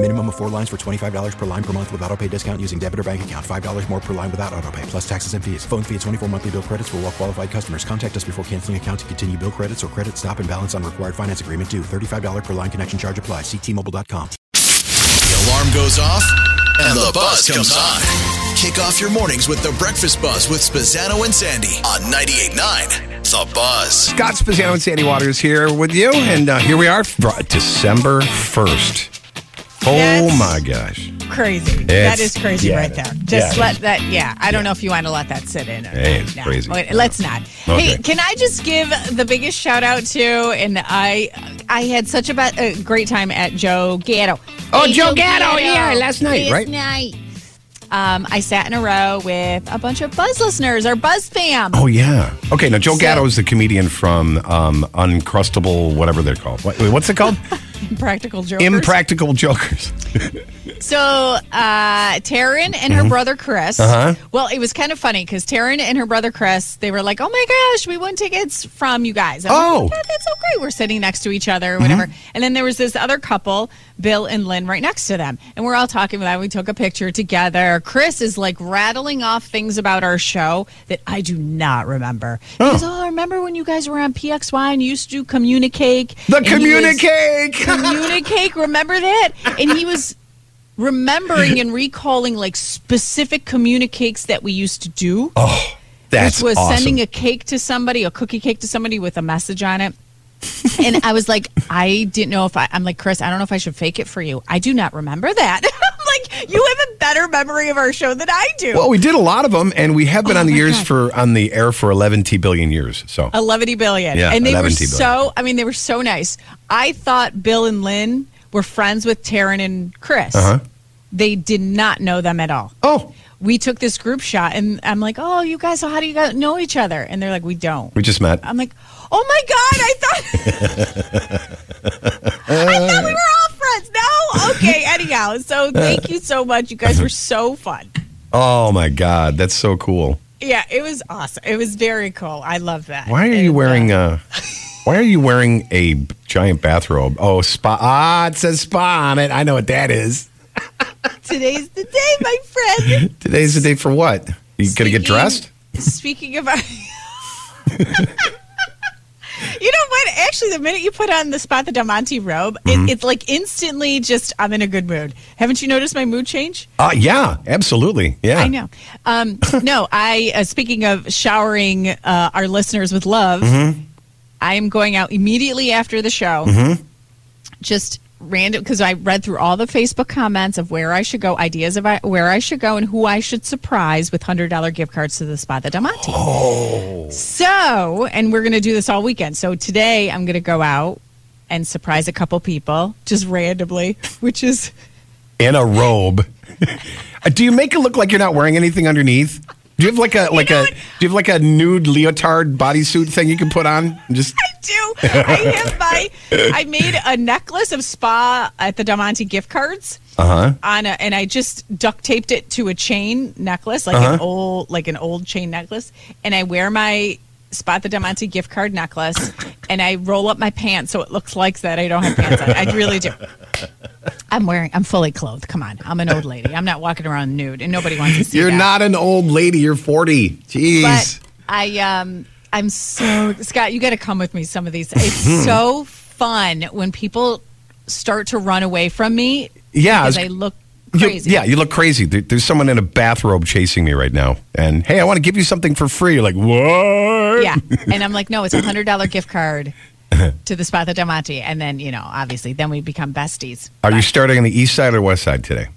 Minimum of four lines for $25 per line per month with auto pay discount using debit or bank account. $5 more per line without auto pay, plus taxes and fees. Phone fee at 24 monthly bill credits for all well qualified customers. Contact us before canceling account to continue bill credits or credit stop and balance on required finance agreement due. $35 per line connection charge applies. Ctmobile.com. The alarm goes off and the buzz comes on. Kick off your mornings with the breakfast buzz with Spazzano and Sandy on 98.9 The Buzz. Scott Spaziano and Sandy Waters here with you, and uh, here we are, fr- December first. Oh That's- my gosh! Crazy. It's- that is crazy yeah, right it is. there. Just Yeah, let that, yeah. I don't know if you want to let that sit in. Or Hey, it's no. crazy. Wait, let's not. Okay. Hey, can I just give the biggest shout out to, and I I had such a, ba- a great time at Joe Gatto. Oh, Hey, Joe Gatto, yeah, last night, Last right? night. Um, I sat in a row with a bunch of Buzz listeners or Buzz fam. Oh yeah. Okay, now Joe So- Gatto is the comedian from um, Uncrustable, whatever they're called. What, wait, what's it called? Practical Jokers. Impractical Jokers. So, uh, Taryn and her brother Chris. Mm-hmm. Uh-huh. Well, it was kind of funny because Taryn and her brother Chris, they were like, oh my gosh, we won tickets from you guys. I'm like, Oh. Mm-hmm. God, that's so great. We're sitting next to each other or whatever. And then there was this other couple, Bill and Lynn, right next to them. And we're all talking about it. We took a picture together. Chris is like rattling off things about our show that I do not remember. He goes, oh, I remember when you guys were on PXY and you used to do Communicate. The And he was- Communicate. communicate. Remember that? And he was remembering and recalling like specific communicates that we used to do, Oh, That's which was awesome. sending a cake to somebody, a cookie cake to somebody with a message on it. and I was like, I didn't know if I, I'm like, Chris, I don't know if I should fake it for you. I do not remember that. I'm like, you have a better memory of our show than I do. well, we did a lot of them, and we have been Oh on the my years God. for on the air for 11 t billion years. So 11 billion. Yeah, and they were 11 billion. so, I mean, they were so nice. I thought Bill and Lynn were friends with Taryn and Chris. Uh-huh. They did not know them at all. oh, We took this group shot, and I'm like, oh, you guys, so how do you guys know each other? And they're like, we don't. we just met. I'm like, oh my God, I thought. I thought we were all friends. No? Okay, anyhow. So thank you so much. You Uh-huh. guys were so fun. Oh my God, that's so cool. Yeah, it was awesome. It was very cool. I love that. Why are And, you uh, wearing a? Why are you wearing a giant bathrobe? Oh, spa! Ah, it says spa on it. I know what that is. uh, Today's the day, my friend. Today's the day for what? You gonna get Speaking- dressed? Speaking of, you know what? Actually, the minute you put on the spot the Damonte robe, Mm-hmm. it, it's like instantly just I'm in a good mood. Haven't you noticed my mood change? Uh, yeah, absolutely. Yeah, I know. Um, no, I. Uh, speaking of showering uh, our listeners with love, I am going out immediately after the show. Just random because I read through all the Facebook comments of where I should go, ideas of I, where I should go, and who I should surprise with hundred dollar gift cards to the spa the Damonte. Oh. So, and we're going to do this all weekend. So today I'm going to go out and surprise a couple people just randomly, which is. In a robe. Uh, do you make it look like you're not wearing anything underneath? Do you have like a like a do you have like a nude leotard bodysuit thing you can put on? And Just do. I have my. I made a necklace of spa at the Del Monte gift cards. Uh-huh. Uh huh. On a, and I just duct taped it to a chain necklace, like Uh-huh. an old, like an old chain necklace. And I wear my spot the Del Monte gift card necklace, and I roll up my pants so it looks like that I don't have pants on. I really do. I'm wearing. I'm fully clothed. Come on, I'm an old lady. I'm not walking around nude, and nobody wants to see. you're that not an old lady. You're forty. Jeez. but I um I'm so Scott, you got to come with me some of these. It's so fun when people start to run away from me yeah. I because was- I look you- crazy. yeah, you look crazy. There, there's someone in a bathrobe chasing me right now. And hey, I want to give you something for free. You're like, what? yeah. And I'm like, no, it's a hundred dollar gift card to the spot Del Monte, and then you know, obviously, then we become besties. Are you starting on the east side or west side today?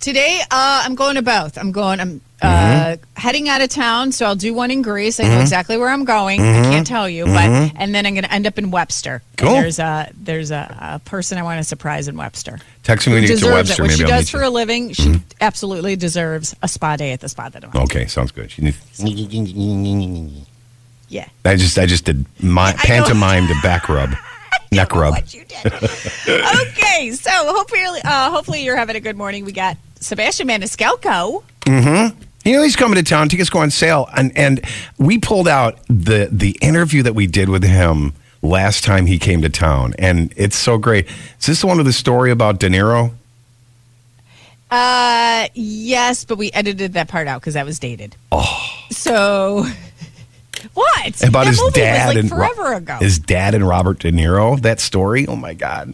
Today, uh, I'm going to both. I'm going. I'm uh, Mm-hmm. heading out of town, so I'll do one in Greece. I know exactly where I'm going. I can't tell you, but and then I'm going to end up in Webster. And Mm-hmm. Cool. There's a there's a, a person I want to surprise in Webster. Text me when you get to deserves Webster. it. What Maybe she I'll does meet for a you. Mm-hmm. living, she absolutely deserves a spa day at the spa that I'm at. Okay, sounds good. She needs- Yeah. I just I just did my I know. pantomime to back rub, neck rub. What you did. okay, so hopefully, uh, hopefully you're having a good morning. We got Sebastian Maniscalco. You know he's coming to town. Tickets go on sale, and and we pulled out the the interview that we did with him last time he came to town, and it's so great. Is this the one with the story about De Niro? Uh, yes, but we edited that part out because that was dated. Oh, so what? About that his movie dad was like and Ro- forever ago. His dad and Robert De Niro. That story. Oh my god!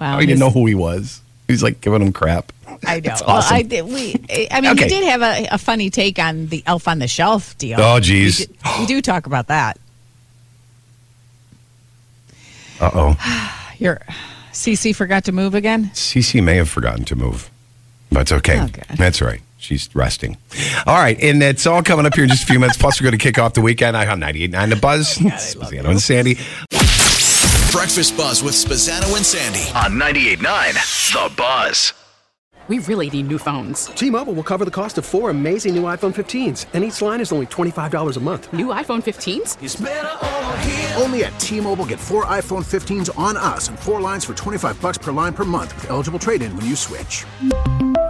Wow, I didn't his- know who he was. He's like giving him crap. I know. It's Well, I awesome. did. We. I- I mean, Okay. we did have a, a funny take on the Elf on the Shelf deal. Oh, geez. We, do- we do talk about that. Uh oh. Your CC forgot to move again. Cece may have forgotten to move, but it's okay. Okay. That's all right. She's resting. All right, and it's all coming up here in just a few minutes. Plus, we're going to kick off the weekend. I have 98.9 The Buzz. Zano and Sandy. Breakfast Buzz with Spazzano and Sandy. On 98.9, The Buzz. We really need new phones. T-Mobile will cover the cost of four amazing new iPhone 15s, and each line is only $25 a month. New iPhone 15s? Only at T-Mobile get four iPhone 15s on us and four lines for 25 bucks per line per month with eligible trade-in when you switch.